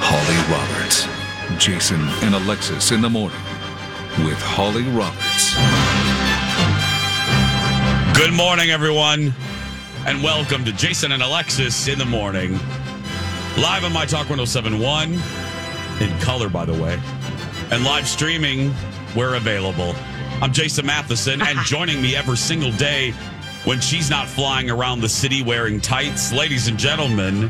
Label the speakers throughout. Speaker 1: Holly Roberts. Jason and Alexis in the morning with Holly Roberts.
Speaker 2: Good morning, everyone, and welcome to Jason and Alexis in the morning. Live on My Talk 1071, in color, by the way, and live streaming where available. I'm Jason Matheson, and joining me every single day when she's not flying around the city wearing tights, ladies and gentlemen,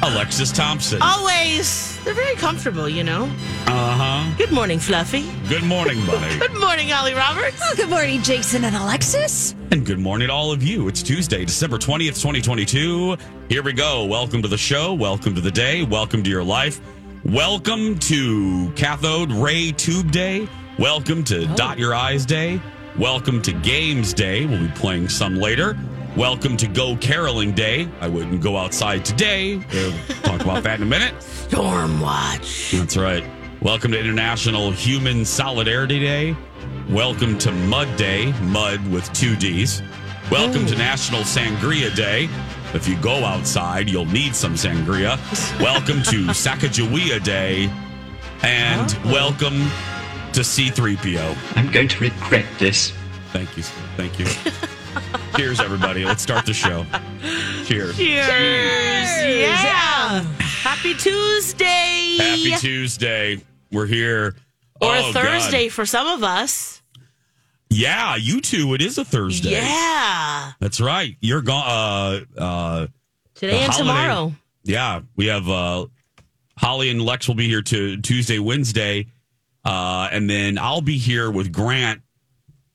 Speaker 2: Alexis Thompson.
Speaker 3: Always. They're very comfortable, you know.
Speaker 2: Uh huh.
Speaker 3: Good morning, Fluffy.
Speaker 2: Good morning, buddy.
Speaker 3: Good morning, Ollie Roberts.
Speaker 4: Well, good morning, Jason and Alexis.
Speaker 2: And good morning to all of you. It's Tuesday, December 20th, 2022. Here we go. Welcome to the show. Welcome to the day. Welcome to your life. Welcome to Cathode Ray Tube Day. Welcome to Dot Your Eyes Day. Welcome to Games Day. We'll be playing some later. Welcome to Go Caroling Day. I wouldn't go outside today. We'll talk about that in a minute.
Speaker 3: Storm watch.
Speaker 2: That's right. Welcome to International Human Solidarity Day. Welcome to Mud Day, mud with two D's. Welcome to National Sangria Day. If you go outside, you'll need some sangria. Welcome to Sacagawea Day. And
Speaker 3: Oh.
Speaker 2: welcome to C3PO.
Speaker 5: I'm going to regret this.
Speaker 2: Thank you. Thank you. Cheers, everybody. Let's start the show. Cheers.
Speaker 3: Cheers. Yeah. Happy Tuesday.
Speaker 2: Happy Tuesday. We're here.
Speaker 3: or
Speaker 2: Oh, God.
Speaker 3: Thursday for some of us.
Speaker 2: Yeah, you two. It is a Thursday.
Speaker 3: Yeah.
Speaker 2: That's right. You're gone. Uh, uh,
Speaker 3: Today
Speaker 2: the
Speaker 3: and
Speaker 2: holiday-
Speaker 3: tomorrow.
Speaker 2: Yeah, we have uh, Holly and Lex will be here to Tuesday, Wednesday, uh, and then I'll be here with Grant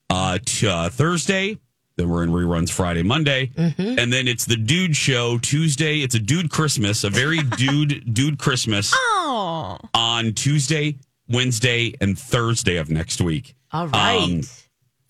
Speaker 2: uh, t- uh, Thursday. Then we're in reruns Friday, Monday, and then it's the Dude Show Tuesday. It's a Dude Christmas, a very dude dude Christmas on Tuesday, Wednesday, and Thursday of next week.
Speaker 3: All right.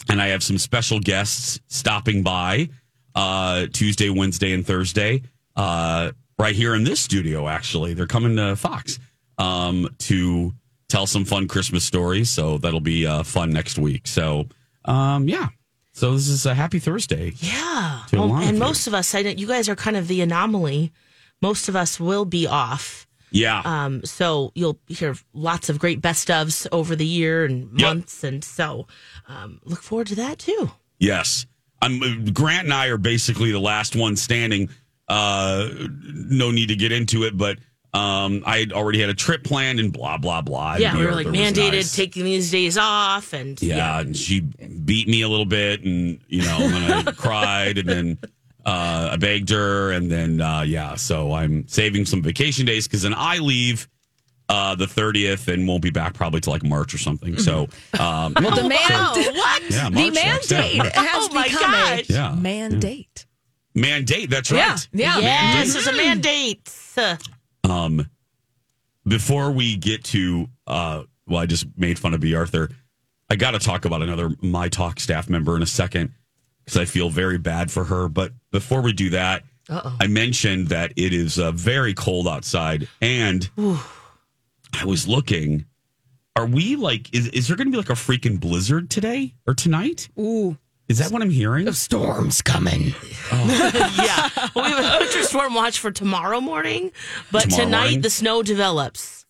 Speaker 2: and I have some special guests stopping by uh, Tuesday, Wednesday, and Thursday uh, right here in this studio. Actually, they're coming to Fox um, to tell some fun Christmas stories. So that'll be uh, fun next week. So um, yeah, so this is a happy Thursday.
Speaker 3: yeah.
Speaker 2: to a
Speaker 3: Well,
Speaker 2: lot of
Speaker 3: and
Speaker 2: you.
Speaker 3: most of us, I know you guys are kind of the anomaly. Most of us will be off.
Speaker 2: Yeah,
Speaker 3: Um, so you'll hear lots of great best ofs over the year and
Speaker 2: Yep.
Speaker 3: months, and so um, look forward to that too.
Speaker 2: yes. I'm uh, Grant and I are basically the last one standing. Uh, no need to get into it, but. Um, I had already had a trip planned and blah blah blah.
Speaker 3: Yeah, we
Speaker 2: The
Speaker 3: were like
Speaker 2: weather was
Speaker 3: mandated
Speaker 2: nice.
Speaker 3: taking these days off, and
Speaker 2: yeah, and she beat me a little bit and you know and then i cried and then uh, i begged her and then uh, yeah so i'm saving some vacation days because then i leave uh, the 30th and won't be back probably till like march or something so um,
Speaker 4: Mm-hmm. Well, the man,
Speaker 3: Wow, what?
Speaker 2: yeah,
Speaker 4: the
Speaker 2: march next, yeah,
Speaker 4: mandate
Speaker 2: March.
Speaker 4: has
Speaker 3: Oh, my
Speaker 4: become a
Speaker 3: gosh.
Speaker 2: Yeah, yeah.
Speaker 4: mandate.
Speaker 2: mandate that's
Speaker 4: Yeah,
Speaker 2: right
Speaker 4: yeah.
Speaker 3: Yeah, this is a mandate. Uh,
Speaker 2: um before we get to uh well i just made fun of b arthur i gotta talk about another my talk staff member in a second because i feel very bad for her but before we do that i mentioned that it is uh, very cold outside and i was looking are we like is, is there gonna be like a freaking blizzard today or tonight ooh is that what i'm hearing
Speaker 5: Storm's coming.
Speaker 3: yeah, we have a winter storm watch for tomorrow morning, but
Speaker 2: Tomorrow
Speaker 3: tonight
Speaker 2: morning?
Speaker 3: the snow develops.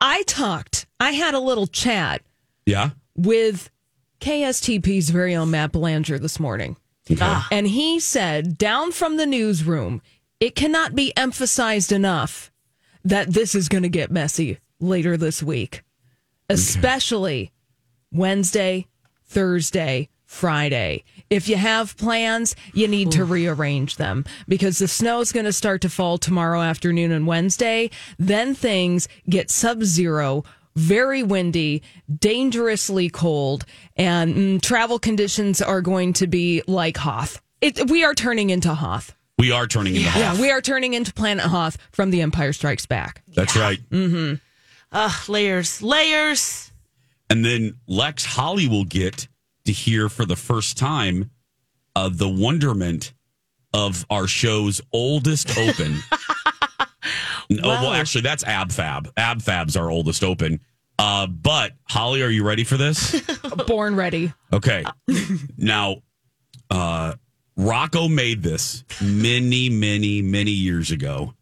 Speaker 4: I talked. I had a little chat
Speaker 2: yeah
Speaker 4: with KSTP's very own Matt Belanger this morning. And he said, down from the newsroom, it cannot be emphasized enough that this is going to get messy later this week, especially Wednesday, Thursday, Friday. If you have plans, you need to rearrange them because the snow is going to start to fall tomorrow afternoon and Wednesday. Then things get sub zero, very windy, dangerously cold, and mm, travel conditions are going to be like Hoth. It, we are turning into Hoth.
Speaker 2: We are turning into Hoth.
Speaker 4: Yeah, we are turning into Planet Hoth from The Empire Strikes Back.
Speaker 2: That's right.
Speaker 3: Ugh, layers, layers.
Speaker 2: And then Lex Holly will get to hear for the first time uh, the wonderment of our show's oldest open. No, well, actually, that's AbFab. AbFab's our oldest open. Uh, but Holly, are you ready for this?
Speaker 4: Born ready.
Speaker 2: Okay. now, uh, Rocco made this many, many, many years ago,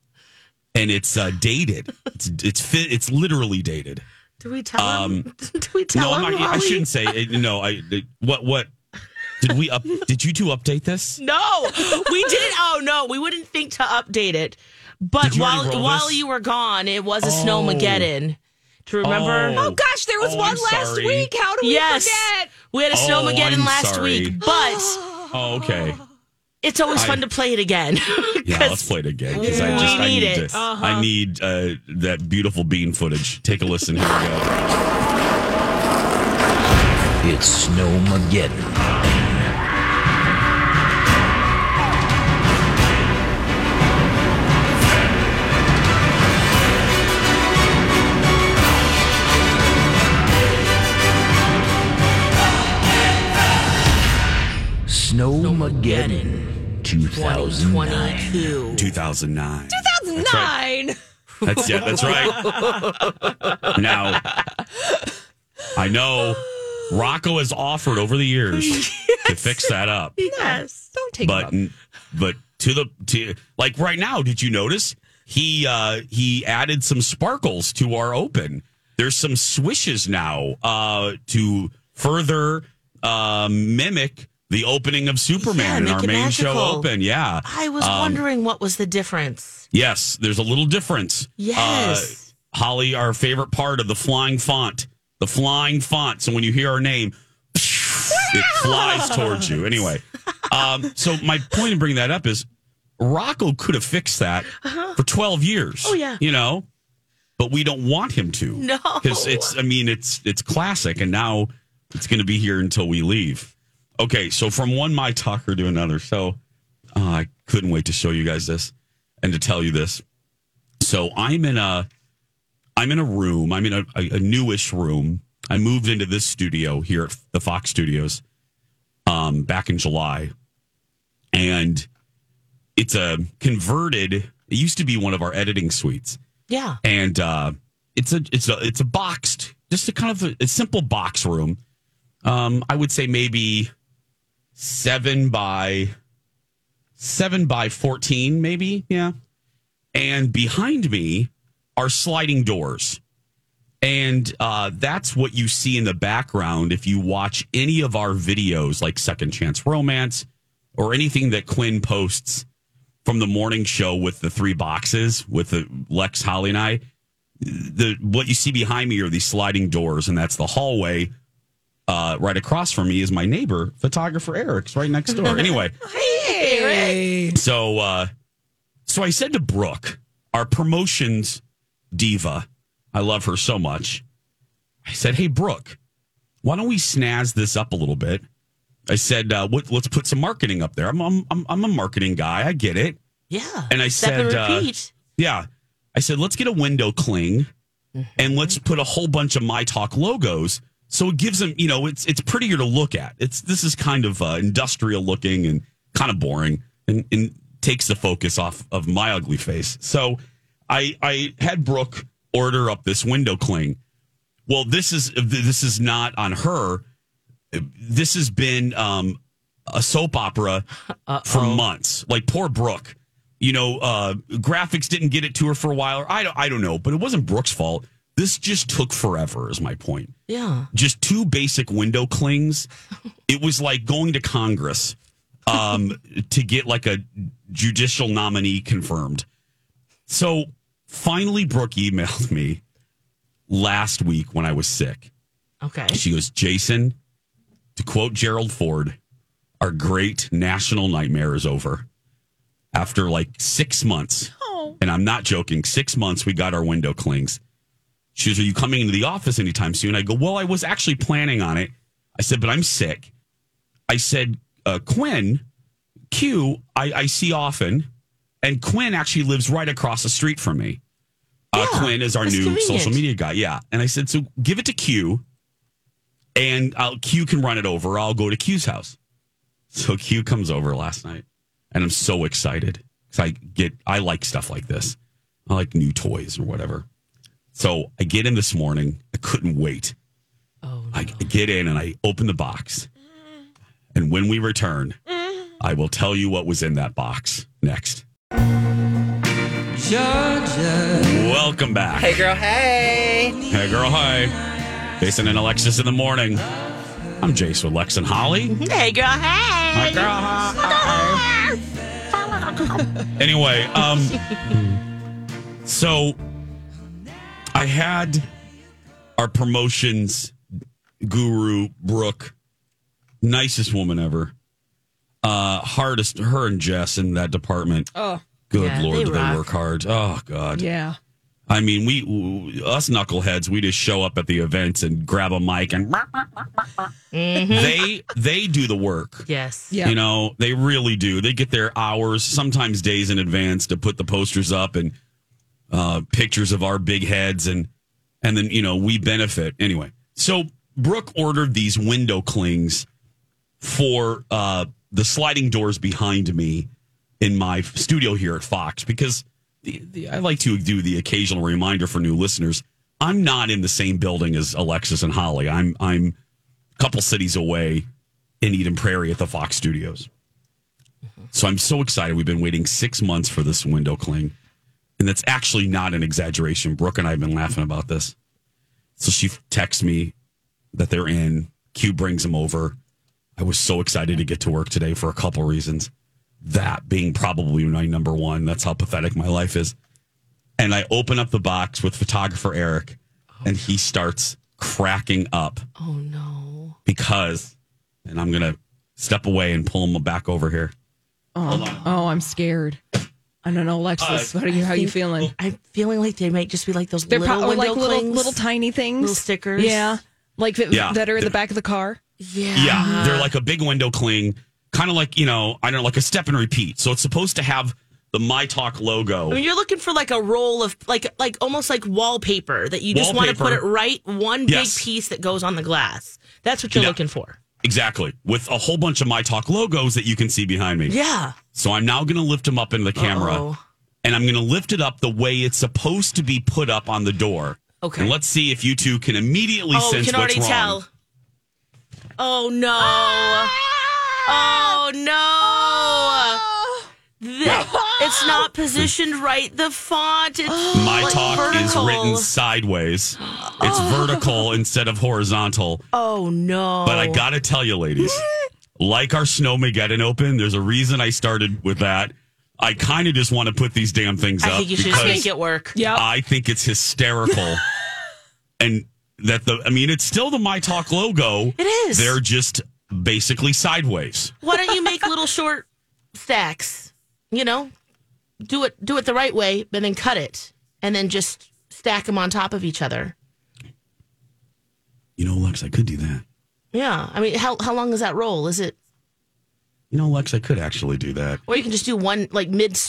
Speaker 2: and it's uh, dated. It's it's fit. It's literally dated.
Speaker 3: Do we tell him? Do we tell
Speaker 2: Um, no,
Speaker 3: him?
Speaker 2: I'm not, I
Speaker 3: Holly?
Speaker 2: shouldn't say. it. No, I. it- What? What? Did we up? Did you two update this?
Speaker 3: No, we did. Oh no, we wouldn't think to update it. But
Speaker 2: Did you
Speaker 3: while
Speaker 2: already roll
Speaker 3: while
Speaker 2: this?
Speaker 3: you were gone, it was a snowmageddon. Do you remember?
Speaker 2: Oh.
Speaker 4: Gosh, there was
Speaker 2: Oh,
Speaker 4: one
Speaker 2: I'm
Speaker 4: last
Speaker 2: sorry.
Speaker 4: week. How do we
Speaker 3: Yes,
Speaker 4: forget?
Speaker 3: we had a
Speaker 2: Oh,
Speaker 3: snowmageddon
Speaker 2: I'm
Speaker 3: last
Speaker 2: sorry.
Speaker 3: week, but.
Speaker 2: Oh, okay.
Speaker 3: It's always
Speaker 2: I-
Speaker 3: fun to play it again.
Speaker 2: Yeah, let's play it again because I
Speaker 3: We
Speaker 2: just I
Speaker 3: need
Speaker 2: need
Speaker 3: it. Uh-huh.
Speaker 2: to- I need uh, that beautiful bean footage. Take a listen. Here we go.
Speaker 5: It's Snowmageddon. Snowmageddon 2009.
Speaker 3: 2022.
Speaker 2: 2009.
Speaker 4: That's nine.
Speaker 2: That's yeah, that's right. Now, I know Rocco has offered over the years to fix that up,
Speaker 3: Yes.
Speaker 4: Don't take
Speaker 2: but
Speaker 4: it up.
Speaker 2: but to the to like right now, did you notice he uh he added some sparkles to our open? There's some swishes now uh to further uh mimic the opening of Superman in
Speaker 3: Yeah,
Speaker 2: our
Speaker 3: make it
Speaker 2: main show
Speaker 3: magical.
Speaker 2: open. Yeah.
Speaker 3: I was
Speaker 2: Um,
Speaker 3: wondering what was the difference.
Speaker 2: Yes, there's a little difference.
Speaker 3: Yes.
Speaker 2: Uh, Holly, our favorite part of the flying font, the flying font. So when you hear our name, it flies towards you. Anyway, um, so my point in bringing that up is Rocco could have fixed that for 12 years. Oh,
Speaker 3: Uh-huh. yeah.
Speaker 2: You know, but we don't want him to.
Speaker 3: No.
Speaker 2: Because it's, I mean, it's, it's classic. And now it's going to be here until we leave. Okay. So from one My Talker to another. So uh, I couldn't wait to show you guys this and to tell you this. So I'm in a, I'm in a room. I'm in a, a, a newish room. I moved into this studio here at the Fox Studios um, back in July, and it's a converted. It used to be one of our editing suites,
Speaker 3: Yeah.
Speaker 2: and uh, it's a it's a it's a boxed, just a kind of a, a simple box room. Um, I would say maybe seven by seven by fourteen, maybe yeah. And behind me are sliding doors. And uh, that's what you see in the background if you watch any of our videos, like Second Chance Romance or anything that Quinn posts from the morning show with the three boxes with the Lex, Holly, and I. The what you see behind me are these sliding doors, and that's the hallway. Uh, right across from me is my neighbor, photographer Eric's right next door. Anyway, so uh so I said to Brooke, our promotions diva, I love her so much. I said, "Hey Brooke, why don't we snazz this up a little bit?" I said, uh, what, "Let's put some marketing up there. I'm, I'm I'm I'm a marketing guy. I get it."
Speaker 3: Yeah.
Speaker 2: And I
Speaker 3: Step and
Speaker 2: said, uh,
Speaker 3: repeat.
Speaker 2: Yeah. I said, let's get a window cling and let's put a whole bunch of My Talk logos. So it gives them, you know, it's it's prettier to look at. It's this is kind of uh, industrial looking and kind of boring and, and takes the focus off of my ugly face. So I I had Brooke order up this window cling. Well, this is this is not on her. This has been um, a soap opera for months. Like poor Brooke. You know, uh, graphics didn't get it to her for a while. Or I don't, I don't know, but it wasn't Brooke's fault. This just took forever, is my point.
Speaker 3: yeah.
Speaker 2: Just two basic window clings. It was like going to Congress um, to get like a judicial nominee confirmed. So Finally, Brooke emailed me last week when I was sick.
Speaker 3: Okay.
Speaker 2: She goes, Jason, to quote Gerald Ford, our great national nightmare is over. After like six months, and I'm not joking, six months, we got our window clings. She goes, Are you coming into the office anytime soon? I go, Well, I was actually planning on it. I said, But I'm sick. I said, uh, Quinn, Q, I, I see often, and Quinn actually lives right across the street from me. Uh, Quinn is our
Speaker 3: that's
Speaker 2: new
Speaker 3: convenient.
Speaker 2: social media guy. Yeah. And I said, So give it to Q and I'll, Q can run it over. I'll go to Q's house. So Q comes over last night, and I'm so excited because I get I like stuff like this. I like new toys or whatever. So I get in this morning. I couldn't wait. Oh, I, I get in and I open the box, and when we return, I will tell you what was in that box next. Welcome back. Hey, girl. Hey. Hey, girl. Hi. Jason and Alexis in the morning. I'm Jace with Lex and Holly.
Speaker 3: Hey, girl.
Speaker 2: Hi,
Speaker 3: Hey.
Speaker 2: girl. anyway, um, so I had our promotions guru, Brooke, nicest woman ever. Uh, hardest, her and Jess in that department.
Speaker 4: Oh.
Speaker 2: good
Speaker 3: Yeah,
Speaker 2: lord,
Speaker 3: they
Speaker 2: do they
Speaker 3: rock.
Speaker 2: work hard? Oh god,
Speaker 4: Yeah.
Speaker 2: I mean, we w- us knuckleheads, we just show up at the events and grab a mic and they they do the work.
Speaker 3: Yes.
Speaker 4: Yeah.
Speaker 2: You know, they really do. They get their hours, sometimes days in advance, to put the posters up and uh, pictures of our big heads, and and then you know we benefit anyway. So Brooke ordered these window clings for uh, the sliding doors behind me in my studio here at Fox because the, the, I like to do the occasional reminder for new listeners. I'm not in the same building as Alexis and Holly. I'm I'm a couple cities away in Eden Prairie at the Fox Studios. So I'm so excited. We've been waiting six months for this window cling. And that's actually not an exaggeration. Brooke and I have been laughing about this. So she texts me that they're in. Q brings them over. I was so excited to get to work today for a couple reasons. That being probably my number one. That's how pathetic my life is. And I open up the box with photographer Eric, and he starts cracking up
Speaker 3: Oh no.
Speaker 2: because, and I'm gonna step away and pull him back over here.
Speaker 4: Oh, oh, I'm scared. I don't know, Alexis.
Speaker 3: Uh,
Speaker 4: what are you, how you feeling?
Speaker 3: I'm feeling like they might just be like those
Speaker 4: They're
Speaker 3: little
Speaker 4: probably
Speaker 3: window
Speaker 4: like little,
Speaker 3: clings.
Speaker 4: little tiny things,
Speaker 3: Little stickers.
Speaker 4: Yeah, like th-
Speaker 2: Yeah,
Speaker 4: that are in
Speaker 2: they're-
Speaker 4: the back of the car.
Speaker 3: yeah.
Speaker 2: Yeah, they're like a big window cling, kind of like you know, I don't know, like a step and repeat. So it's supposed to have the My Talk logo.
Speaker 3: I mean, you're looking for like a roll of like like almost like wallpaper that you just want to put it
Speaker 2: Wallpaper.
Speaker 3: right one
Speaker 2: Yes.
Speaker 3: big piece that goes on the glass. That's what you're
Speaker 2: No.
Speaker 3: looking for.
Speaker 2: Exactly, with a whole bunch of My Talk logos that you can see behind me.
Speaker 3: Yeah.
Speaker 2: So I'm now going to lift them up into the camera,
Speaker 3: Uh-oh.
Speaker 2: and I'm going to lift it up the way it's supposed to be put up on the door.
Speaker 3: Okay.
Speaker 2: And let's see if you two can immediately
Speaker 3: Oh, we
Speaker 2: sense
Speaker 3: can
Speaker 2: what's
Speaker 3: already
Speaker 2: wrong.
Speaker 3: tell. Oh no. Ah! Oh Ah! no. Th- it's not positioned right. The font. It's
Speaker 2: My
Speaker 3: like
Speaker 2: talk
Speaker 3: vertical.
Speaker 2: is written sideways. It's vertical instead of horizontal.
Speaker 3: Oh no.
Speaker 2: But I gotta tell you, ladies, like our Snowmageddon open, there's a reason I started with that. I kind of just want to put these damn things
Speaker 3: I
Speaker 2: up
Speaker 3: think you should just
Speaker 2: because
Speaker 3: make it work.
Speaker 2: I think it's hysterical, and that the I mean, it's still the My Talk logo.
Speaker 3: It is.
Speaker 2: They're just basically sideways.
Speaker 3: Why don't you make little short stacks? You know, do it do it the right way, but then cut it, and then just stack them on top of each other.
Speaker 2: You know, Lex, I could do that.
Speaker 3: Yeah, I mean, how how long is that roll? Is it,
Speaker 2: You know, Lex, I could actually do that.
Speaker 3: or you can just do one like mid,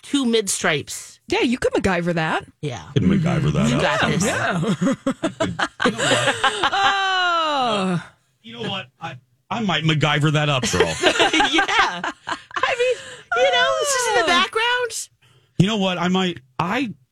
Speaker 3: two mid stripes.
Speaker 4: Yeah, you could MacGyver that.
Speaker 3: Yeah,
Speaker 2: I could MacGyver that
Speaker 3: Mm-hmm. you
Speaker 2: up.
Speaker 3: got this.
Speaker 4: Oh,
Speaker 2: You know what? I, I might MacGyver that up, girl.
Speaker 3: yeah, I mean, you know, it's just in
Speaker 2: Oh.
Speaker 3: the background.
Speaker 2: you know what? I might. I.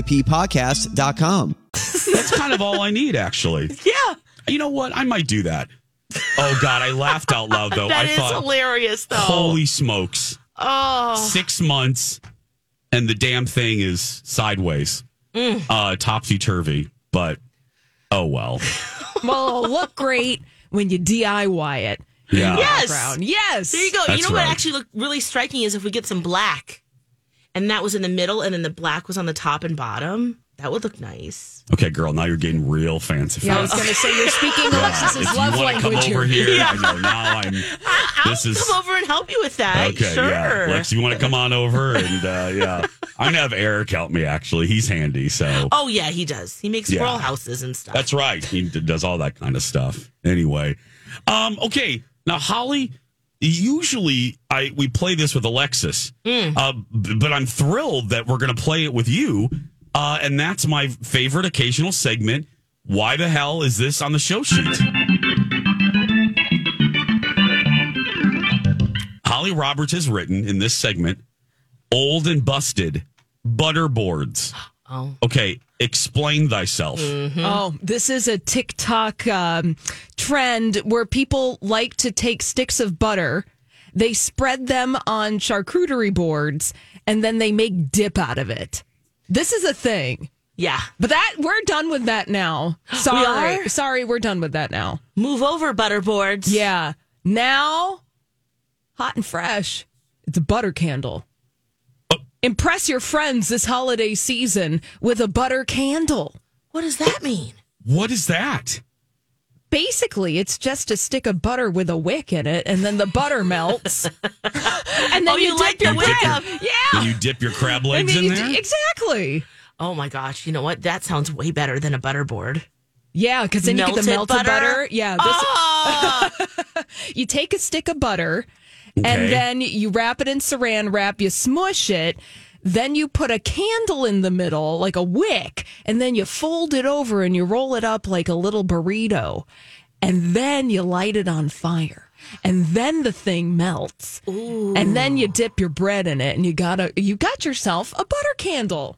Speaker 6: WAPpodcast.com.
Speaker 2: That's kind of all I need, actually.
Speaker 3: Yeah.
Speaker 2: You know what? I might do that. Oh God, I laughed out loud though.
Speaker 3: that
Speaker 2: I
Speaker 3: is
Speaker 2: thought,
Speaker 3: hilarious, though.
Speaker 2: holy smokes,
Speaker 3: oh,
Speaker 2: six months, and the damn thing is sideways,
Speaker 3: Mm.
Speaker 2: uh, topsy turvy. But oh well.
Speaker 4: Well, it'll look great when you DIY it.
Speaker 2: Yeah.
Speaker 3: Yes.
Speaker 4: Background. Yes.
Speaker 3: there you go.
Speaker 2: That's
Speaker 3: you know
Speaker 2: right.
Speaker 3: what actually looked really striking is if we get some black, and that was in the middle, and then the black was on the top and bottom. That would look nice.
Speaker 2: Okay, girl. Now you're getting real fancy.
Speaker 4: Yeah, I was
Speaker 2: fast.
Speaker 4: going to say you're speaking
Speaker 2: if
Speaker 4: Alexis's
Speaker 2: you
Speaker 4: love
Speaker 2: want to come
Speaker 4: language
Speaker 2: over
Speaker 4: here.
Speaker 2: here, I know, now I'm. this is
Speaker 3: Come over and help you with that.
Speaker 2: Okay,
Speaker 3: sure.
Speaker 2: yeah. Lex, you want to come on over and uh, yeah, I'm gonna have Eric help me. Actually, he's handy, so
Speaker 3: Oh yeah, he does. He makes
Speaker 2: Yeah.
Speaker 3: squirrel houses and stuff.
Speaker 2: that's right. He d- does all that kind of stuff. Anyway, um, okay. Now, Holly, usually I we play this with Alexis, uh, b- but I'm thrilled that we're gonna play it with you, uh, and that's my favorite occasional segment. Why the hell is this on the show sheet? Holly Roberts has written in this segment old and busted butterboards.
Speaker 3: Oh.
Speaker 2: Okay, explain thyself.
Speaker 4: Oh, this is a TikTok um, trend where people like to take sticks of butter, they spread them on charcuterie boards, and then they make dip out of it. This is a thing.
Speaker 3: yeah.
Speaker 4: But that we're done with that now. Sorry.
Speaker 3: are?
Speaker 4: Sorry, we're done with that now.
Speaker 3: Move over, butterboards.
Speaker 4: Yeah. Now hot and fresh. It's a butter candle. Impress your friends this holiday season with a butter candle.
Speaker 3: What does that mean?
Speaker 2: What is that?
Speaker 4: basically it's just a stick of butter with a wick in it and then the butter melts and then
Speaker 3: Oh,
Speaker 4: you,
Speaker 3: you like
Speaker 4: dip your
Speaker 3: the
Speaker 4: wick
Speaker 3: wick
Speaker 4: up
Speaker 3: up.
Speaker 2: Then
Speaker 4: yeah
Speaker 2: you dip your crab
Speaker 4: I
Speaker 2: legs in
Speaker 4: mean, you
Speaker 2: there?
Speaker 4: d- exactly
Speaker 3: Oh my gosh, you know what? That sounds way better than a butterboard.
Speaker 4: yeah because then you get the melted
Speaker 3: Melted
Speaker 4: butter,
Speaker 3: butter?
Speaker 4: yeah this,
Speaker 3: Oh,
Speaker 4: you take a stick of butter
Speaker 2: Okay.
Speaker 4: and then you wrap it in saran wrap you smush it then you put a candle in the middle like a wick and then you fold it over and you roll it up like a little burrito and then you light it on fire and then the thing melts and then you dip your bread in it and you got a you got yourself a butter candle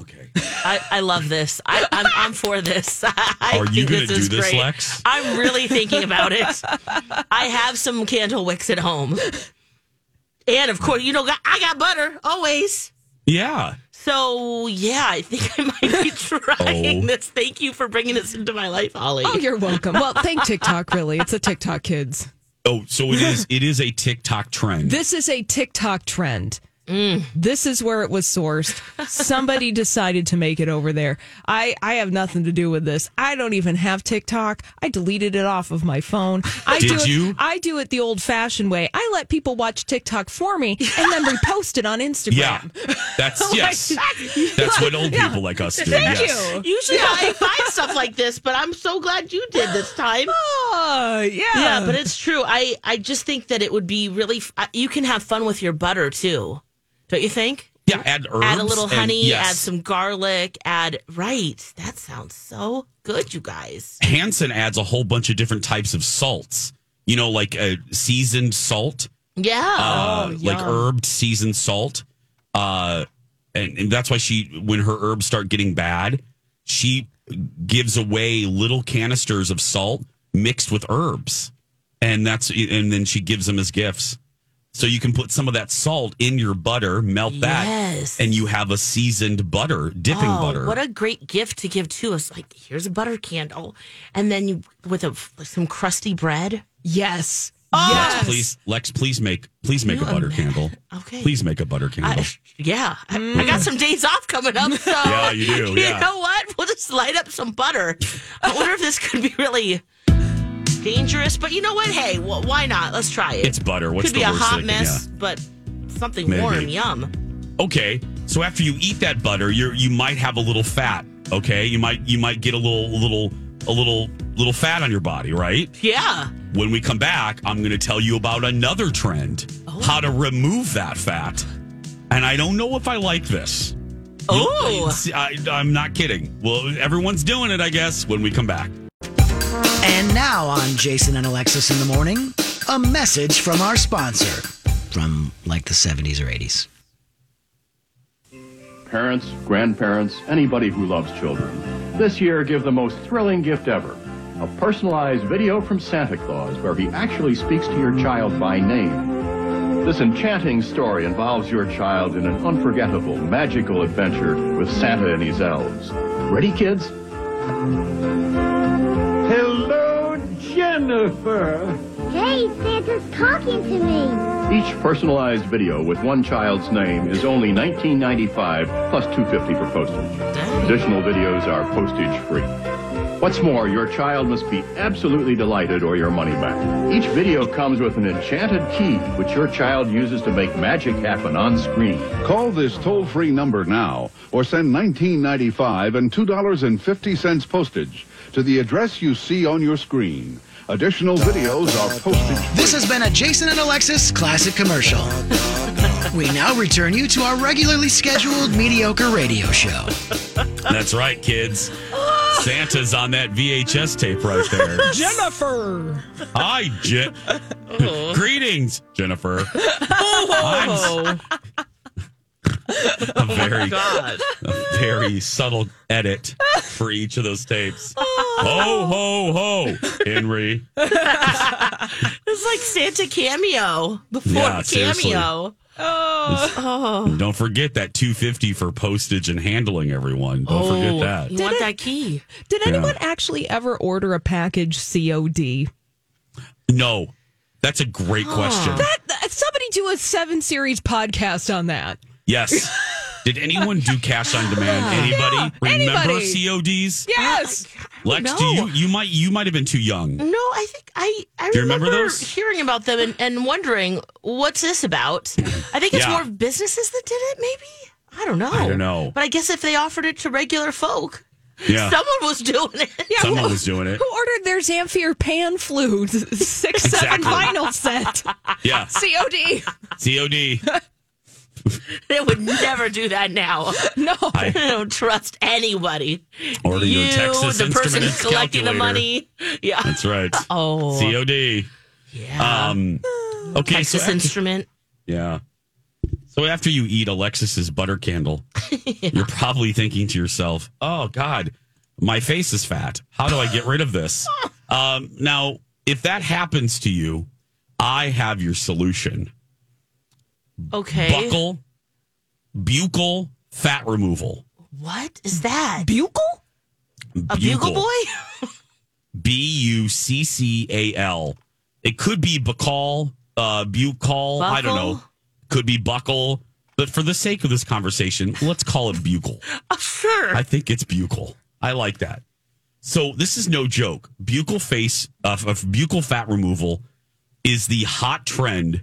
Speaker 2: okay.
Speaker 3: I, I love this. I, I'm, I'm for this. I
Speaker 2: Are you
Speaker 3: think
Speaker 2: gonna
Speaker 3: is
Speaker 2: do this,
Speaker 3: great.
Speaker 2: Lex?
Speaker 3: I'm really thinking about it. I have some candle wicks at home, and of course, you know, I got butter always.
Speaker 2: Yeah.
Speaker 3: So yeah, I think I might be trying
Speaker 2: Oh.
Speaker 3: this. Thank you for bringing this into my life, Holly.
Speaker 4: oh you're welcome well thank tiktok really it's a tiktok kids
Speaker 2: Oh, so it is it is a TikTok trend.
Speaker 4: This is a TikTok trend.
Speaker 2: Mm.
Speaker 4: This is where it was sourced. Somebody decided to make it over there. I, I have nothing to do with this. I don't even have TikTok. I deleted it off of my phone. I
Speaker 2: Did
Speaker 4: do it,
Speaker 2: you?
Speaker 4: I do it the old fashioned way. I let people watch TikTok for me and then repost it on Instagram.
Speaker 2: yeah. That's
Speaker 4: Oh
Speaker 2: yes. That's what old people like us do.
Speaker 4: Thank
Speaker 2: yes.
Speaker 4: you.
Speaker 3: Usually I find stuff like this, but I'm so glad you did this time.
Speaker 4: Oh, yeah.
Speaker 3: Yeah, but it's true. I I just think that it would be really. f- uh, You can have fun with your butter too, don't you think?
Speaker 2: Yeah, add herbs.
Speaker 3: Add a little
Speaker 2: and-
Speaker 3: honey.
Speaker 2: yes.
Speaker 3: Add some garlic. Add right. That sounds so good, you guys.
Speaker 2: Hansen adds a whole bunch of different types of salts. You know, like a seasoned salt,
Speaker 3: Yeah.
Speaker 2: uh, like herbed seasoned salt. Uh, and, and that's why she, when her herbs start getting bad, she gives away little canisters of salt mixed with herbs, and that's and then she gives them as gifts. So you can put some of that salt in your butter, melt
Speaker 3: Yes.
Speaker 2: that, and you have a seasoned butter, dipping
Speaker 3: Oh,
Speaker 2: butter.
Speaker 3: What a great gift to give to us! Like, here's a butter candle, and then you with a some crusty bread.
Speaker 4: yes.
Speaker 3: Oh,
Speaker 2: Lex,
Speaker 4: yes.
Speaker 2: please, Lex, please make please make a
Speaker 3: you
Speaker 2: butter
Speaker 3: imagine?
Speaker 2: candle.
Speaker 3: Okay.
Speaker 2: Please make a butter candle.
Speaker 3: I, yeah, I, I got some days off coming up, so
Speaker 2: Mm. Yeah, you do, yeah.
Speaker 3: You know what? We'll just light up some butter. I wonder if this could be really dangerous, but you know what? Hey, wh- why not? Let's try it.
Speaker 2: it's butter. What's
Speaker 3: could
Speaker 2: the
Speaker 3: be a
Speaker 2: worst
Speaker 3: hot
Speaker 2: thing?
Speaker 3: mess, but something
Speaker 2: Maybe.
Speaker 3: warm, yum.
Speaker 2: Yeah. Okay. So after you eat that butter, you you might have a little fat. Okay. You might you might get a little a little a little little fat on your body, right?
Speaker 3: Yeah.
Speaker 2: When we come back, I'm going to tell you about another trend: how to remove that fat. And I don't know if I like this.
Speaker 3: Oh,
Speaker 2: It's- I, I'm not kidding. Well, everyone's doing it, I guess. When we come back.
Speaker 7: And now on Jason and Alexis in the morning, a message from our sponsor from like the 70s or 80s.
Speaker 8: parents, grandparents, anybody who loves children. This year, give the most thrilling gift ever a personalized video from Santa Claus where he actually speaks to your child by name. This enchanting story involves your child in an unforgettable, magical adventure with Santa and his elves. Ready, kids? Hello, Jennifer!
Speaker 9: Hey, Santa's talking to me.
Speaker 8: Each personalized video with one child's name is only $19.95 plus $2.50 for postage. Additional videos are postage free. What's more, your child must be absolutely delighted or your money back. Each video comes with an enchanted key which your child uses to make magic happen on screen.
Speaker 10: Call this toll free number now or send $19.95 and $2.50 postage to the address you see on your screen. Additional videos are postage free.
Speaker 7: This has been a Jason and Alexis classic commercial. we now return you to our regularly scheduled mediocre radio show.
Speaker 2: That's right, kids. Santa's on that VHS tape right there.
Speaker 4: Jennifer.
Speaker 2: Hi, Je- Greetings, Jennifer. I'm s- a very,
Speaker 5: God.
Speaker 2: a very subtle edit for each of those tapes. Ho ho ho, Henry.
Speaker 3: It's like Santa cameo before
Speaker 2: Yeah,
Speaker 3: cameo.
Speaker 2: seriously. And Don't forget that two fifty for postage and handling. Everyone, don't
Speaker 3: Oh,
Speaker 2: forget that.
Speaker 3: You want that key?
Speaker 4: Did anyone actually ever order a package COD?
Speaker 2: No, that's a great question.
Speaker 4: That, that- somebody do a seven series podcast on that.
Speaker 2: Yes. Did anyone do cash on demand? Anybody remember
Speaker 4: anybody.
Speaker 2: CODs?
Speaker 4: Yes.
Speaker 2: Lex, do
Speaker 3: know.
Speaker 2: you you might you might have been too young.
Speaker 3: No, I think I I
Speaker 2: Do you remember
Speaker 3: remember,
Speaker 2: those?
Speaker 3: hearing about them and, and wondering what's this about. I think it's
Speaker 2: Yeah.
Speaker 3: more businesses that did it, maybe. I don't know.
Speaker 2: I don't know.
Speaker 3: But I guess if they offered it to regular folk,
Speaker 2: Yeah,
Speaker 3: someone was doing it. Yeah,
Speaker 2: someone was doing it.
Speaker 4: Who ordered their Zamfir pan flute six
Speaker 2: Exactly.
Speaker 4: seven vinyl set?
Speaker 2: Yeah,
Speaker 4: COD.
Speaker 2: COD.
Speaker 3: they would never do that now.
Speaker 4: No.
Speaker 3: I don't trust anybody.
Speaker 2: Order
Speaker 3: you,
Speaker 2: your Texas
Speaker 3: the person
Speaker 2: Instruments
Speaker 3: who's collecting the
Speaker 2: calculator.
Speaker 3: money. Yeah.
Speaker 2: That's right.
Speaker 3: Oh,
Speaker 2: COD. Yeah. Um, okay. So
Speaker 3: Uh, Texas
Speaker 2: after,
Speaker 3: instrument.
Speaker 2: yeah. So after you eat Alexis's butter candle, you're probably thinking to yourself, "Oh God, my face is fat. How do I get rid of this?" um, now, if that happens to you, I have your solution.
Speaker 3: Okay.
Speaker 2: buckle buccal fat removal.
Speaker 3: What is that?
Speaker 4: Bugle?
Speaker 3: A bugle
Speaker 2: Buccal.
Speaker 3: boy?
Speaker 2: B U C C A L. It could be buccal, uh, buccal. I don't know.
Speaker 3: Buckle?
Speaker 2: Could be buckle. But for the sake of this conversation, let's call it buccal.
Speaker 3: Oh, sure.
Speaker 2: I think it's buccal. I like that. So this is no joke. Buccal face uh, of buccal fat removal is the hot trend.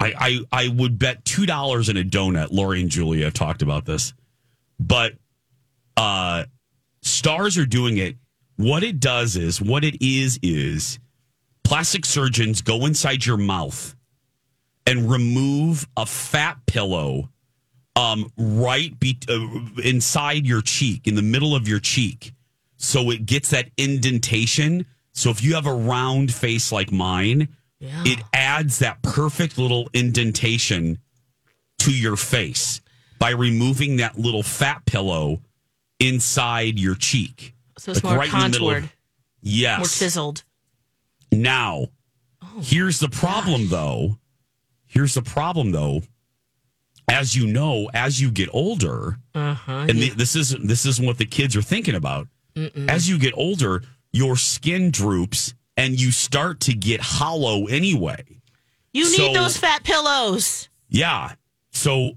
Speaker 2: I I, I would bet two dollars in a donut. Lori and Julia have talked about this, but uh, stars are doing it. What it does is what it is is plastic surgeons go inside your mouth and remove a fat pillow um, right be- uh, inside your cheek, in the middle of your cheek. So it gets that indentation. So if you have a round face like mine, it adds that perfect little indentation to your face by removing that little fat pillow inside your cheek.
Speaker 3: So it's
Speaker 2: Like
Speaker 3: more
Speaker 2: right in the middle of-
Speaker 3: contoured,
Speaker 2: Yes.
Speaker 3: more chiseled.
Speaker 2: Now, here's the problem, though. Here's the problem, though. As you know, as you get older, and thi- this is this is what the kids are thinking about. As you get older, your skin droops and you start to get hollow anyway.
Speaker 3: You
Speaker 2: So-
Speaker 3: need those fat pillows.
Speaker 2: Yeah. So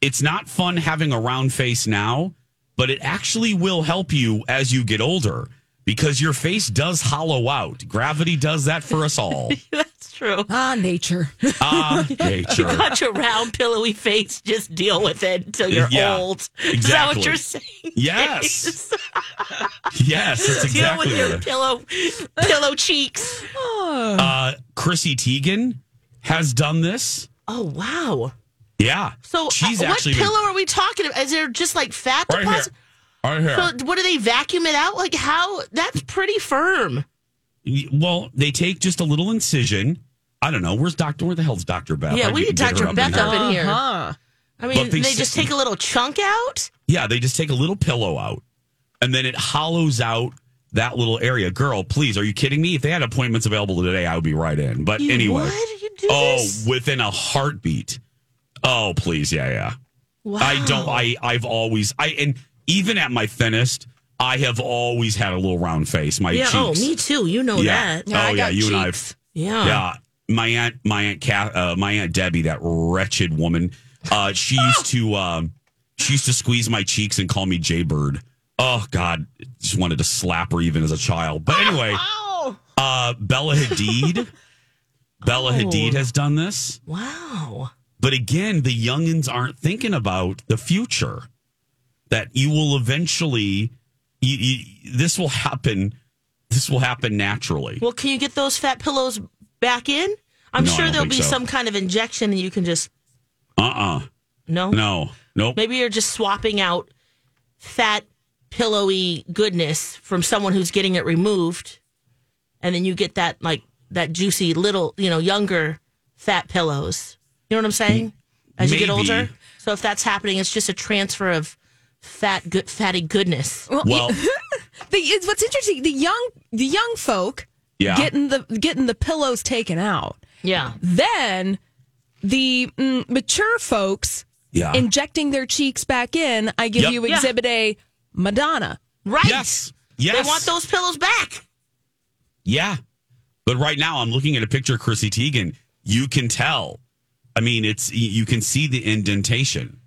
Speaker 2: it's not fun having a round face now, but it actually will help you as you get older because your face does hollow out. Gravity does that for us all.
Speaker 3: That's true.
Speaker 4: Ah, nature.
Speaker 2: Ah, nature.
Speaker 3: Got your round pillowy face. Just deal with it until you're
Speaker 2: Yeah,
Speaker 3: old. Is that
Speaker 2: exactly.
Speaker 3: what you're saying?
Speaker 2: Yes. Yes, that's
Speaker 3: Deal
Speaker 2: exactly
Speaker 3: with your
Speaker 2: what it-
Speaker 3: pillow pillow cheeks.
Speaker 2: Uh, Chrissy Teigen has done this.
Speaker 3: Oh wow.
Speaker 2: Yeah.
Speaker 3: So uh,
Speaker 2: she's
Speaker 3: what
Speaker 2: actually been-
Speaker 3: pillow are we talking about? Is there just like fat
Speaker 2: right here.
Speaker 3: deposit?
Speaker 2: Right here.
Speaker 3: So what do they vacuum it out? Like how? That's pretty firm.
Speaker 2: well, they take just a little incision. I don't know. Where's Doctor? Where the hell's Doctor Beth?
Speaker 3: yeah,
Speaker 2: I
Speaker 3: we need
Speaker 2: didn't get her
Speaker 3: Dr. Beth
Speaker 2: in here.
Speaker 3: up in here.
Speaker 4: Huh.
Speaker 3: I mean,
Speaker 2: But
Speaker 3: they,
Speaker 2: they
Speaker 3: just
Speaker 2: sit-
Speaker 3: take a little chunk out.
Speaker 2: Yeah, they just take a little pillow out and then it hollows out that little area. Girl, please, are you kidding me? If they had appointments available today, I would be right in. But
Speaker 3: You
Speaker 2: anyway.
Speaker 3: would? You do
Speaker 2: oh,
Speaker 3: this?
Speaker 2: within a heartbeat. Oh, please, yeah, yeah. I don't I I've always I and even at my thinnest, I have always had a little round face. My
Speaker 3: yeah.
Speaker 2: cheeks.
Speaker 3: Oh, me too. You know
Speaker 2: yeah.
Speaker 3: that.
Speaker 2: Oh yeah, you and I've
Speaker 3: Yeah.
Speaker 2: yeah. My aunt, my aunt, Ca- uh, my aunt Debbie, that wretched woman. Uh, she used to, um, she used to squeeze my cheeks and call me Jaybird. Oh God, just wanted to slap her even as a child. But anyway, uh, Bella Hadid, Bella
Speaker 3: Oh.
Speaker 2: Hadid has done this.
Speaker 3: Wow.
Speaker 2: But again, the youngins aren't thinking about the future. That you will eventually, you, you, this will happen. This will happen naturally.
Speaker 3: Well, can you get those fat pillows back in? I'm
Speaker 2: No, I
Speaker 3: sure
Speaker 2: don't
Speaker 3: there'll
Speaker 2: think
Speaker 3: be
Speaker 2: so.
Speaker 3: some kind of injection, and you can just
Speaker 2: Uh uh
Speaker 3: no,
Speaker 2: No. Nope.
Speaker 3: Maybe you're just swapping out fat, pillowy goodness from someone who's getting it removed, and then you get that like that juicy little, you know, younger fat pillows. You know what I'm saying? As you get
Speaker 2: Maybe.
Speaker 3: older. So if that's happening, it's just a transfer of fat, good, fatty goodness.
Speaker 2: Well,
Speaker 4: The, it's, what's interesting, the young the young folk
Speaker 2: Yeah.
Speaker 4: getting the getting the pillows taken out.
Speaker 3: Yeah.
Speaker 4: Then the mm, mature folks
Speaker 2: Yeah.
Speaker 4: injecting their cheeks back in. I give
Speaker 2: Yep.
Speaker 4: you
Speaker 2: Yeah.
Speaker 4: exhibit A, Madonna.
Speaker 3: Right.
Speaker 2: Yes. Yes.
Speaker 3: They want those pillows back.
Speaker 2: yeah. But right now, I'm looking at a picture of Chrissy Teigen. You can tell. I mean, it's y- you can see the indentation,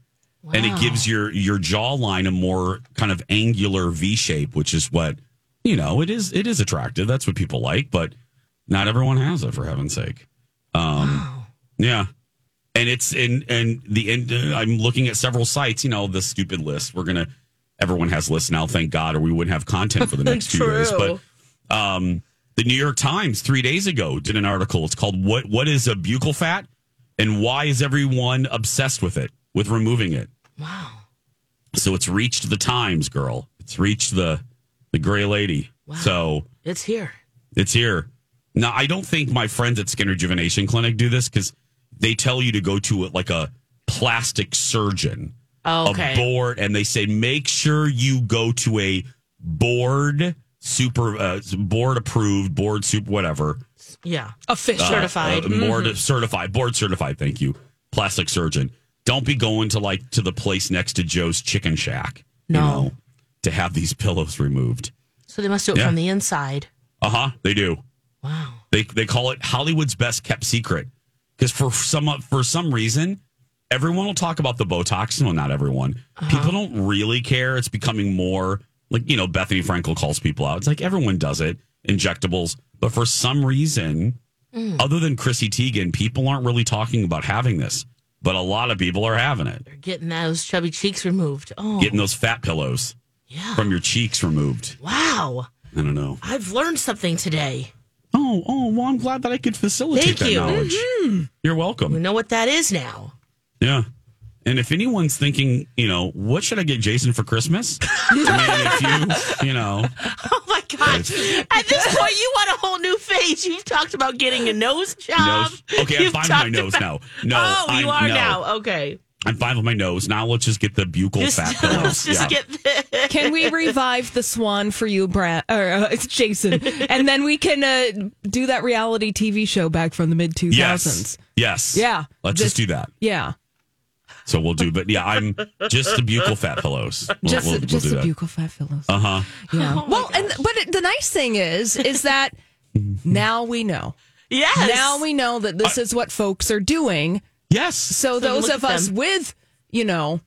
Speaker 2: and it
Speaker 3: Wow.
Speaker 2: gives your your jawline a more kind of angular V shape, which is what you know. It is it is attractive. That's what people like, but not everyone has it. For heaven's sake. Um, Yeah. And it's in and the end. I'm looking at several sites. You know, the stupid list. We're gonna. Everyone has lists now, thank God, or we wouldn't have content for the next few days.
Speaker 3: True.
Speaker 2: But um, the New York Times three days ago did an article. It's called "What What Is a Buccal Fat and Why Is Everyone Obsessed with It with Removing It."
Speaker 3: Wow.
Speaker 2: So it's reached the Times, girl. It's reached the the gray lady. So
Speaker 3: It's here.
Speaker 2: it's here. Now, I don't think my friends at Skin Rejuvenation Clinic do this because they tell you to go to like a plastic surgeon,
Speaker 3: Oh, okay.
Speaker 2: a board, and they say make sure you go to a board super uh, board approved board super whatever
Speaker 3: Yeah.
Speaker 4: Official.
Speaker 2: uh,
Speaker 3: Certified. Mm-hmm.
Speaker 2: uh, board certified board certified thank you plastic surgeon don't be going to like to the place next to joe's chicken shack
Speaker 3: No.
Speaker 2: you know to have these pillows removed
Speaker 3: So they must do it
Speaker 2: Yeah.
Speaker 3: from the inside.
Speaker 2: uh-huh they do
Speaker 3: Wow.
Speaker 2: They they call it Hollywood's best kept secret because for some for some reason everyone will talk about the Botox. Well, not everyone.
Speaker 3: Uh-huh.
Speaker 2: People don't really care. It's becoming more like you know Bethany Frankel calls people out. It's like everyone does it. Injectables, but for some reason,
Speaker 3: Mm.
Speaker 2: other than Chrissy Teigen, people aren't really talking about having this. But a lot of people are having it,
Speaker 3: They're getting those chubby cheeks removed. Oh,
Speaker 2: getting those fat pillows
Speaker 3: yeah.
Speaker 2: from your cheeks removed.
Speaker 3: Wow.
Speaker 2: I don't know.
Speaker 3: I've learned something today.
Speaker 2: Oh, oh. Well, I'm glad that I could facilitate
Speaker 3: Thank
Speaker 2: that
Speaker 3: you. Mm-hmm.
Speaker 2: knowledge. You're welcome.
Speaker 3: We know what that is now.
Speaker 2: Yeah. And if anyone's thinking, you know, what should I get Jason for Christmas? I mean, if you, you know,
Speaker 3: Oh my gosh. At this point, you want a whole new face. You've talked about getting a nose job.
Speaker 2: nose. Okay, I'm
Speaker 3: You've
Speaker 2: fine with
Speaker 3: talked
Speaker 2: my nose
Speaker 3: about-
Speaker 2: now. No,
Speaker 3: oh, you
Speaker 2: I'm,
Speaker 3: are
Speaker 2: no.
Speaker 3: now. Okay.
Speaker 2: I'm fine with my nose. Now let's just get the buccal
Speaker 3: Just,
Speaker 2: fat
Speaker 3: let's
Speaker 2: pillows.
Speaker 3: just
Speaker 2: Yeah.
Speaker 3: get this.
Speaker 4: Can we revive the swan for you, Brad or uh, it's Jason, and then we can uh, do that reality TV show back from the mid two
Speaker 2: yes.
Speaker 4: thousands?
Speaker 2: Yes.
Speaker 4: Yeah.
Speaker 2: Let's just do that.
Speaker 4: Yeah,
Speaker 2: So we'll do. But yeah, I'm just the buccal fat pillows. We'll,
Speaker 4: just
Speaker 2: we'll,
Speaker 4: just
Speaker 2: we'll
Speaker 4: the
Speaker 2: do
Speaker 4: buccal fat fillows.
Speaker 2: that. Uh huh.
Speaker 4: Yeah. well, and but it, the nice thing is, is that now we know.
Speaker 3: Yes.
Speaker 4: Now we know that this is what folks are doing.
Speaker 2: Yes.
Speaker 4: So, those
Speaker 3: look
Speaker 4: of
Speaker 3: at
Speaker 4: us
Speaker 3: them.
Speaker 4: with, you know,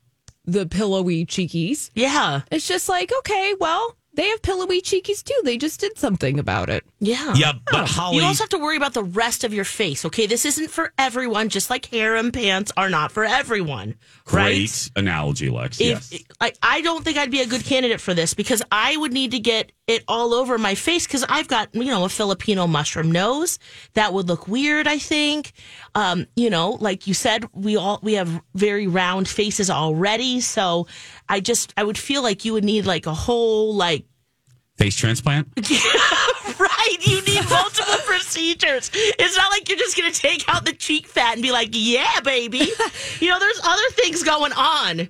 Speaker 4: the pillowy cheekies,
Speaker 3: Yeah.
Speaker 4: it's just like, okay, well, they have pillowy cheekies too. They just did something about it.
Speaker 3: Yeah.
Speaker 2: Yeah, but Holly.
Speaker 3: You also have to worry about the rest of your face. Okay. This isn't for everyone, just like hair and pants are not for everyone.
Speaker 2: great
Speaker 3: Right?
Speaker 2: analogy, Lex.
Speaker 3: if
Speaker 2: yes.
Speaker 3: like I don't think I'd be a good candidate for this because I would need to get it all over my face because I've got you know a Filipino mushroom nose that would look weird. I think, um, you know, like you said, we all we have very round faces already, so I just I would feel like you would need like a whole like
Speaker 2: Face transplant.
Speaker 3: right. You need multiple procedures. It's not like you're just going to take out the cheek fat and be like, yeah, baby. You know, there's other things going on.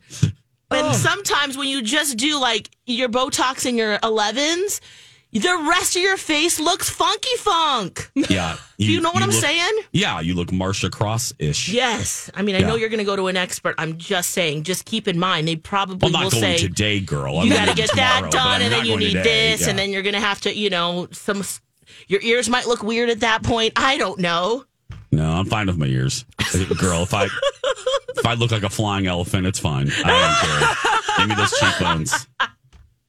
Speaker 3: And
Speaker 2: Oh.
Speaker 3: sometimes when you just do like your Botox and your 11s, the rest of your face looks funky funk.
Speaker 2: Yeah.
Speaker 3: Do you know what I'm
Speaker 2: look-
Speaker 3: saying?
Speaker 2: Yeah, you look Marsha Cross ish.
Speaker 3: Yes. I mean, I
Speaker 2: Yeah.
Speaker 3: know you're going to go to an expert. I'm just saying, just keep in mind, they probably
Speaker 2: I'm not
Speaker 3: will
Speaker 2: going
Speaker 3: say,
Speaker 2: today, girl. I'm
Speaker 3: you got to
Speaker 2: going
Speaker 3: get
Speaker 2: tomorrow,
Speaker 3: that
Speaker 2: but
Speaker 3: done,
Speaker 2: I'm
Speaker 3: and then
Speaker 2: not
Speaker 3: you
Speaker 2: going
Speaker 3: need
Speaker 2: today.
Speaker 3: this,
Speaker 2: Yeah.
Speaker 3: and then you're going to have to, you know, some. Your ears might look weird at that point. I don't know.
Speaker 2: No, I'm fine with my ears, Uh, girl. If I if I look like a flying elephant, it's fine. I don't care. Give me those cheekbones.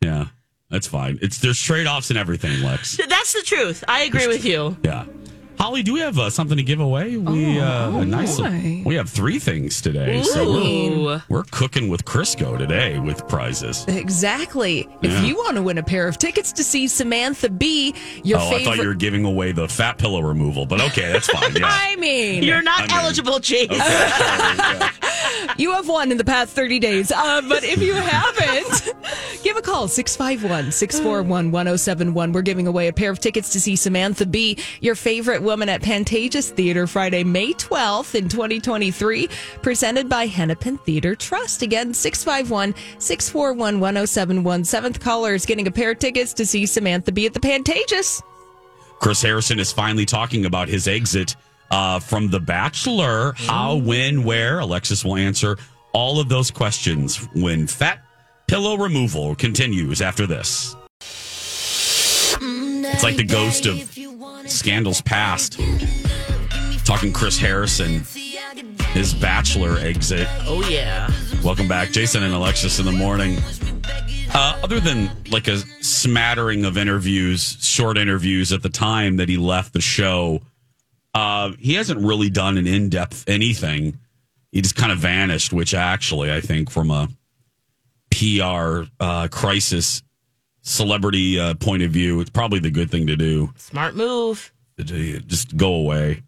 Speaker 2: Yeah, that's fine. It's there's trade offs and everything, Lex.
Speaker 3: That's the truth. I agree with you.
Speaker 2: Yeah, Holly, do we have uh, something to give away? We uh, a nice.
Speaker 3: my.
Speaker 2: We have three things today, so
Speaker 4: Oh, Ooh.
Speaker 2: we're, we're cooking with Crisco today with prizes.
Speaker 4: Exactly.
Speaker 2: Yeah.
Speaker 4: If you want to win a pair of tickets to see Samantha Bee, your
Speaker 2: oh, I
Speaker 4: favorite.
Speaker 2: thought you were giving away the fat pillow removal, but okay, that's fine. Yeah.
Speaker 4: I mean,
Speaker 3: You're not eligible, Jason.
Speaker 4: you have won in the past 30 days. Uh, but if you haven't, give a call 651 641 1071. We're giving away a pair of tickets to see Samantha Bee, your favorite woman at Pantages Theater, Friday, May 12th in 2023, presented by Hennepin Theater Trust. Again, 651 641 1071. Seventh caller is getting a pair of tickets to see Samantha Bee at the Pantages.
Speaker 2: Chris Harrison is finally talking about his exit uh, from The Bachelor.
Speaker 3: Mm-hmm.
Speaker 2: How, when, where? Alexis will answer all of those questions when fat pillow removal continues after this. It's like the ghost of scandals past. Talking Chris Harrison, his Bachelor exit.
Speaker 3: Oh, yeah.
Speaker 2: Welcome back, Jason and Alexis in the morning. Uh, other than like a smattering of interviews, short interviews at the time that he left the show, uh, he hasn't really done an in depth anything. He just kind of vanished, which actually, I think, from a PR uh, crisis celebrity uh, point of view, it's probably the good thing to do
Speaker 3: Smart move.
Speaker 2: to just go away.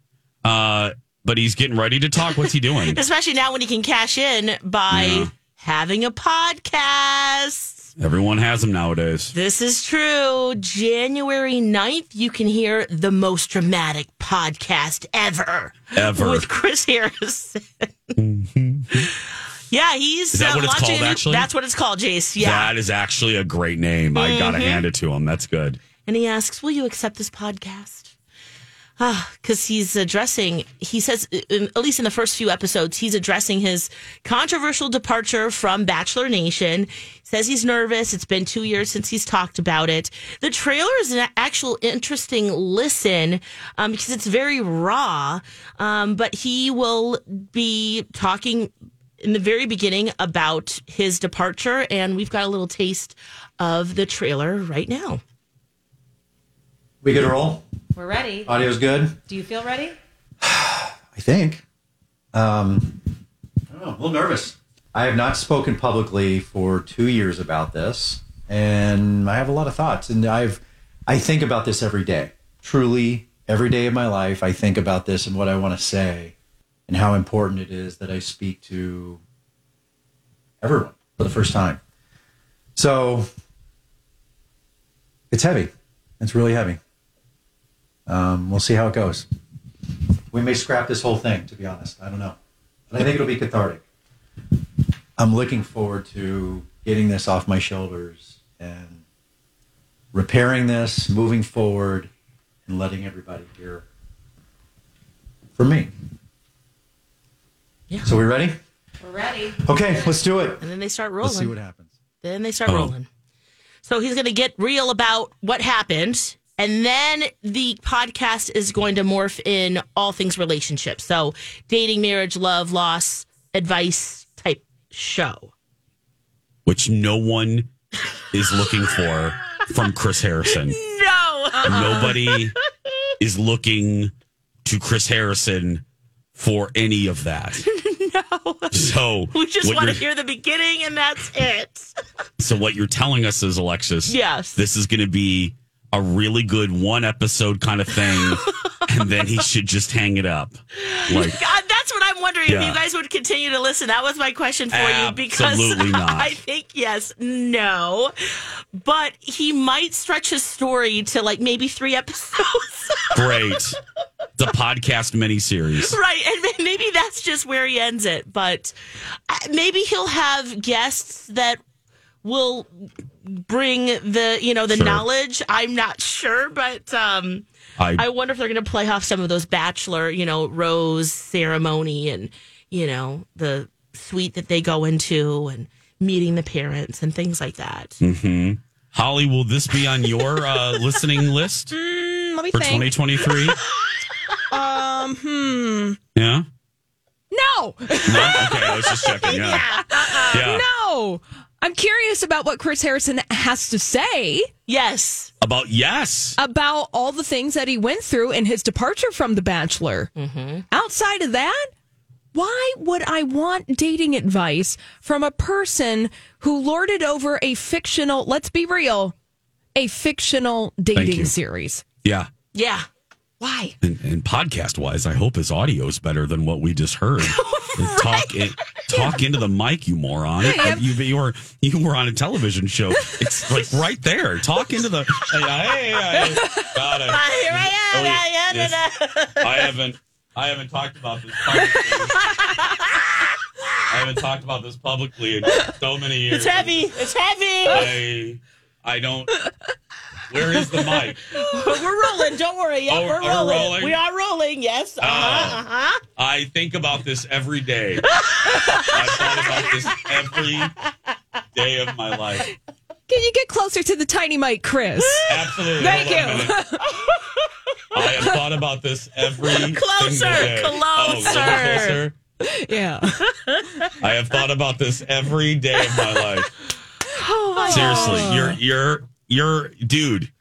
Speaker 2: Uh, but he's getting ready to talk. What's he doing?
Speaker 3: Especially now when you can cash in by
Speaker 2: Yeah.
Speaker 3: having a podcast.
Speaker 2: Everyone has them nowadays.
Speaker 3: This is true. January 9th, you can hear the most dramatic podcast ever.
Speaker 2: Ever.
Speaker 3: With Chris Harrison. yeah, he's
Speaker 2: Mm-hmm. Is that what it's
Speaker 3: launching
Speaker 2: called,
Speaker 3: a new-
Speaker 2: actually?
Speaker 3: That's what it's called, Jace. Yeah.
Speaker 2: That is actually a great name. I gotta
Speaker 3: Mhm.
Speaker 2: hand it to him. That's good.
Speaker 3: and he asks, "Will you accept this podcast?" Ah, because he's addressing. He says, in- at least in the first few episodes, he's addressing his controversial departure from Bachelor Nation. Says he's nervous. It's been two years since he's talked about it. The trailer is an actual interesting listen um, because it's very raw. Um, but he will be talking in the very beginning about his departure, and we've got a little taste of the trailer right now.
Speaker 11: We good to roll?
Speaker 12: We're ready.
Speaker 11: Audio's good?
Speaker 12: Do you feel ready?
Speaker 11: I think. Um, I don't know. I'm a little nervous. I have not spoken publicly for two years about this, and I have a lot of thoughts. And I've, I think about this every day. Truly, every day of my life, I think about this and what I want to say, and how important it is that I speak to everyone for the first time. So, it's heavy. It's really heavy. Um, we'll see how it goes. We may scrap this whole thing, to be honest. I don't know. But I think it'll be cathartic. I'm looking forward to getting this off my shoulders and repairing this, moving forward, and letting everybody hear for me. So we ready?
Speaker 3: We're ready.
Speaker 11: Okay, let's do it.
Speaker 3: And then they start rolling.
Speaker 11: Let's see what happens.
Speaker 3: Then they start
Speaker 11: Oh.
Speaker 3: rolling. So he's going to get real about what happened. And then the podcast is going to morph in all things relationships. So dating, marriage, love, loss, advice type show.
Speaker 2: Which no one is looking for from Chris Harrison.
Speaker 3: No.
Speaker 2: Nobody is looking to Chris Harrison for any of that. no. So
Speaker 3: We just
Speaker 2: what
Speaker 3: want
Speaker 2: you're-
Speaker 3: to hear the beginning and that's it.
Speaker 2: So what you're telling us is Alexis,
Speaker 3: Yes.
Speaker 2: this is going to be a really good one episode kind of thing, and then he should just hang it up. Like
Speaker 3: God, that's what I'm wondering if
Speaker 2: Yeah.
Speaker 3: you guys would continue to listen. That was my question for you
Speaker 2: Absolutely
Speaker 3: because
Speaker 2: not.
Speaker 3: I think yes, no, but he might stretch his story to like maybe three episodes,
Speaker 2: Great. The podcast miniseries.
Speaker 3: right? And may- maybe that's just where he ends it. But uh, maybe he'll have guests that will bring the you know the
Speaker 2: Sure.
Speaker 3: knowledge. I'm not sure, but um,
Speaker 2: I-
Speaker 3: I, wonder if they're going to play off some of those bachelor you know rose ceremony and you know the suite that they go into and meeting the parents and things like that.
Speaker 2: hmm Holly, will this be on your uh, listening list
Speaker 4: Hmm, Let me
Speaker 2: for
Speaker 4: think.
Speaker 2: 2023?
Speaker 4: um, hmm.
Speaker 2: Yeah. No?
Speaker 4: No.
Speaker 2: Okay, I was just checking. Yeah. Yeah.
Speaker 4: Uh-uh. No. I'm curious about what Chris Harrison has to say.
Speaker 3: Yes.
Speaker 2: About yes.
Speaker 4: Uh-uh. About all the things that he went through in his departure from The Bachelor. Outside of that, why would I want dating advice from a person who lorded over a fictional, let's be real, a fictional dating
Speaker 2: you.
Speaker 4: series?
Speaker 2: Yeah.
Speaker 3: Yeah. Why?
Speaker 2: And, and podcast wise, I hope his audio is better than what we just heard. Talk it, talk into the mic, you moron.
Speaker 4: Yeah.
Speaker 2: You, you were you were on a television show. It's like right there. Talk into the. Hey, hey, hey, hey. Got it.
Speaker 3: Ah, Here I am.
Speaker 2: Oh,
Speaker 3: I, am,
Speaker 2: yes.
Speaker 3: and, uh,
Speaker 2: I haven't I haven't talked about this publicly. I haven't talked about this publicly in so many years.
Speaker 3: It's heavy. It's
Speaker 2: Uh,
Speaker 3: heavy.
Speaker 2: I I don't Where is the mic?
Speaker 3: But we're rolling. Don't worry. Yeah,
Speaker 2: Oh,
Speaker 3: we're
Speaker 2: are we
Speaker 3: rolling.
Speaker 2: rolling?
Speaker 3: We are rolling. Yes. Uh huh.
Speaker 2: Oh.
Speaker 3: Uh-huh.
Speaker 2: I think about this every day. I've thought about this every day of my life.
Speaker 4: Can you get closer to the tiny mic, Chris?
Speaker 2: Absolutely.
Speaker 4: Thank
Speaker 2: Hold on a minute. I have thought about this every
Speaker 3: Closer,
Speaker 2: single day. Oh,
Speaker 3: closer.
Speaker 2: closer.
Speaker 4: yeah.
Speaker 2: I have thought about this every day of my life.
Speaker 4: Oh, my
Speaker 2: Seriously,
Speaker 4: God.
Speaker 2: you're you're you're dude.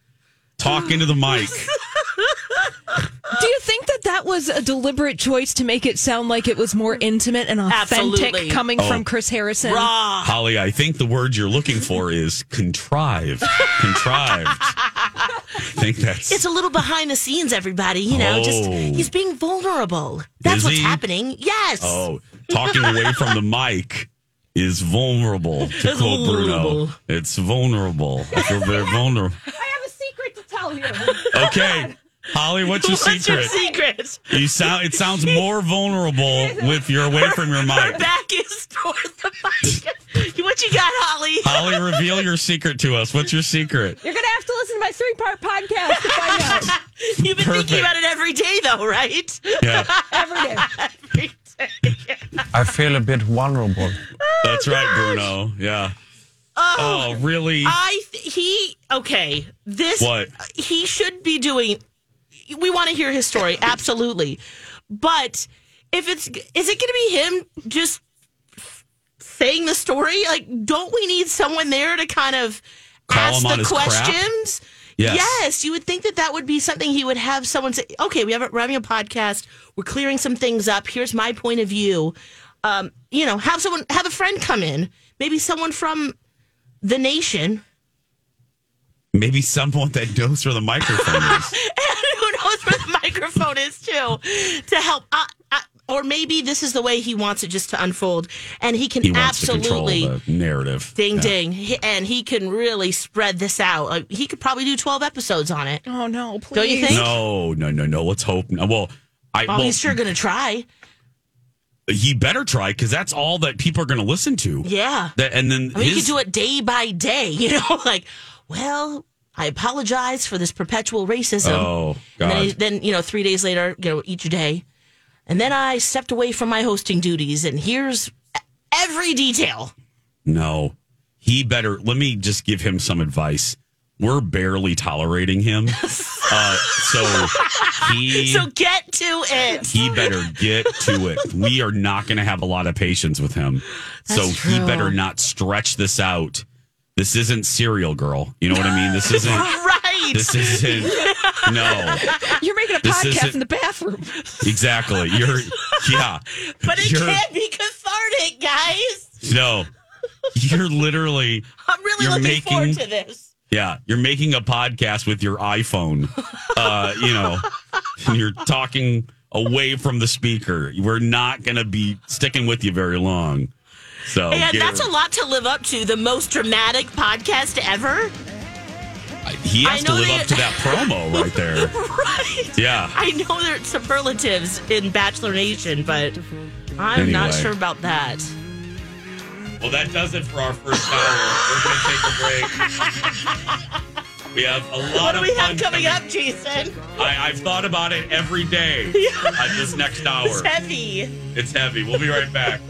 Speaker 2: Talk into the mic.
Speaker 4: Do you think that that was a deliberate choice to make it sound like it was more intimate and authentic
Speaker 3: Absolutely.
Speaker 4: coming
Speaker 2: Oh.
Speaker 4: from Chris Harrison?
Speaker 3: Raw.
Speaker 2: Holly, I think the word you're looking for is contrived. Contrived. I think that's
Speaker 3: It's a little behind the scenes, everybody. You know, just
Speaker 2: Oh.
Speaker 3: he's being vulnerable. That's
Speaker 2: Is
Speaker 3: what's
Speaker 2: he?
Speaker 3: happening. Yes.
Speaker 2: oh, talking away from the mic is vulnerable. To
Speaker 3: It's
Speaker 2: quote Bruno,
Speaker 3: vulnerable.
Speaker 2: it's vulnerable. I feel very vulnerable.
Speaker 4: I have a secret to tell you.
Speaker 2: Okay, Holly, what's your
Speaker 3: What's your
Speaker 2: secret?
Speaker 3: secret?
Speaker 2: you sound. It sounds more vulnerable with you're away from your
Speaker 3: Her
Speaker 2: mic.
Speaker 3: back is towards the mic. what you got, Holly?
Speaker 2: Holly, reveal your secret to us. What's your secret?
Speaker 4: You're going to have to listen to my three part podcast to find out
Speaker 3: You've been
Speaker 2: Perfect.
Speaker 3: thinking about it every day, though, right?
Speaker 2: Yeah,
Speaker 4: every day.
Speaker 3: Every day.
Speaker 12: I feel a bit vulnerable.
Speaker 3: Oh
Speaker 2: that's right, Bruno. Yeah. Oh, really?
Speaker 3: I th- he okay. This
Speaker 2: What?
Speaker 3: he should be doing. We want to hear his story, absolutely. But if it's is it going to be him just saying the story? Like, don't we need someone there to kind of
Speaker 2: Call
Speaker 3: ask
Speaker 2: him on
Speaker 3: the
Speaker 2: his crap?
Speaker 3: questions?
Speaker 2: Yes.
Speaker 3: you would think that that would be something he would have someone say. Okay, we have a, we're having a podcast. We're clearing some things up. Here's my point of view. Um, you know, have someone have a friend come in. Maybe someone from the nation
Speaker 2: Maybe someone that knows where the microphone is.
Speaker 3: and who knows where the microphone is too to help uh, uh, or maybe this is the way he wants it just to unfold and he can
Speaker 2: He wants
Speaker 3: absolutely
Speaker 2: to control the narrative.
Speaker 3: ding
Speaker 2: Yeah.
Speaker 3: ding he, and he can really spread this out Uh, he could probably do 12 episodes on it
Speaker 4: Oh, no, please.
Speaker 3: Don't you think?
Speaker 2: No, no, no, no. Let's hope. No. Well, I
Speaker 3: well,
Speaker 2: well,
Speaker 3: he's sure gonna try
Speaker 2: he better try because that's all that people are going to listen to.
Speaker 3: yeah
Speaker 2: That, and then
Speaker 3: I mean, you
Speaker 2: his-
Speaker 3: could do it day by day, you know, like, well, I apologize for this perpetual racism.
Speaker 2: Oh,
Speaker 3: And then,
Speaker 2: God.
Speaker 3: he- then, you know, three days later, you know, each day. And then I stepped away from my hosting duties, and here's every detail.
Speaker 2: No, he better. Let me just give him some advice. We're barely tolerating him, uh, so he
Speaker 3: So get to it.
Speaker 2: he better get to it. We are not going to have a lot of patience with him, so
Speaker 3: That's
Speaker 2: he
Speaker 3: true.
Speaker 2: better not stretch this out. This isn't serial girl. You know what I mean? This isn't.
Speaker 3: Right.
Speaker 2: This isn't. No,
Speaker 4: You're making a
Speaker 2: This
Speaker 4: podcast
Speaker 2: isn't-
Speaker 4: in the bathroom.
Speaker 2: exactly. You're. Yeah.
Speaker 3: but it
Speaker 2: you're-
Speaker 3: can't be cathartic, guys.
Speaker 2: No, you're literally.
Speaker 3: I'm really
Speaker 2: You're
Speaker 3: looking forward
Speaker 2: making-
Speaker 3: to this.
Speaker 2: Yeah, you're making a podcast with your iPhone. Uh, you know, and you're talking away from the speaker. We're not going to be sticking with you very long. So
Speaker 3: and
Speaker 2: Gary,
Speaker 3: that's a lot to live up to. The most dramatic podcast ever.
Speaker 2: He has to
Speaker 3: I know
Speaker 2: live
Speaker 3: they-
Speaker 2: up to that promo right there.
Speaker 3: right.
Speaker 2: Yeah.
Speaker 3: I know there are superlatives in Bachelor Nation, but I'm not
Speaker 2: Anyway.
Speaker 3: sure about that.
Speaker 2: Well, that does it for our first hour. We're going to take a break. We have a lot
Speaker 3: What do
Speaker 2: of
Speaker 3: we
Speaker 2: fun
Speaker 3: have coming up, Jason?
Speaker 2: I, I've thought about it every day. uh, this next hour,
Speaker 3: It's heavy.
Speaker 2: it's heavy. We'll be right back.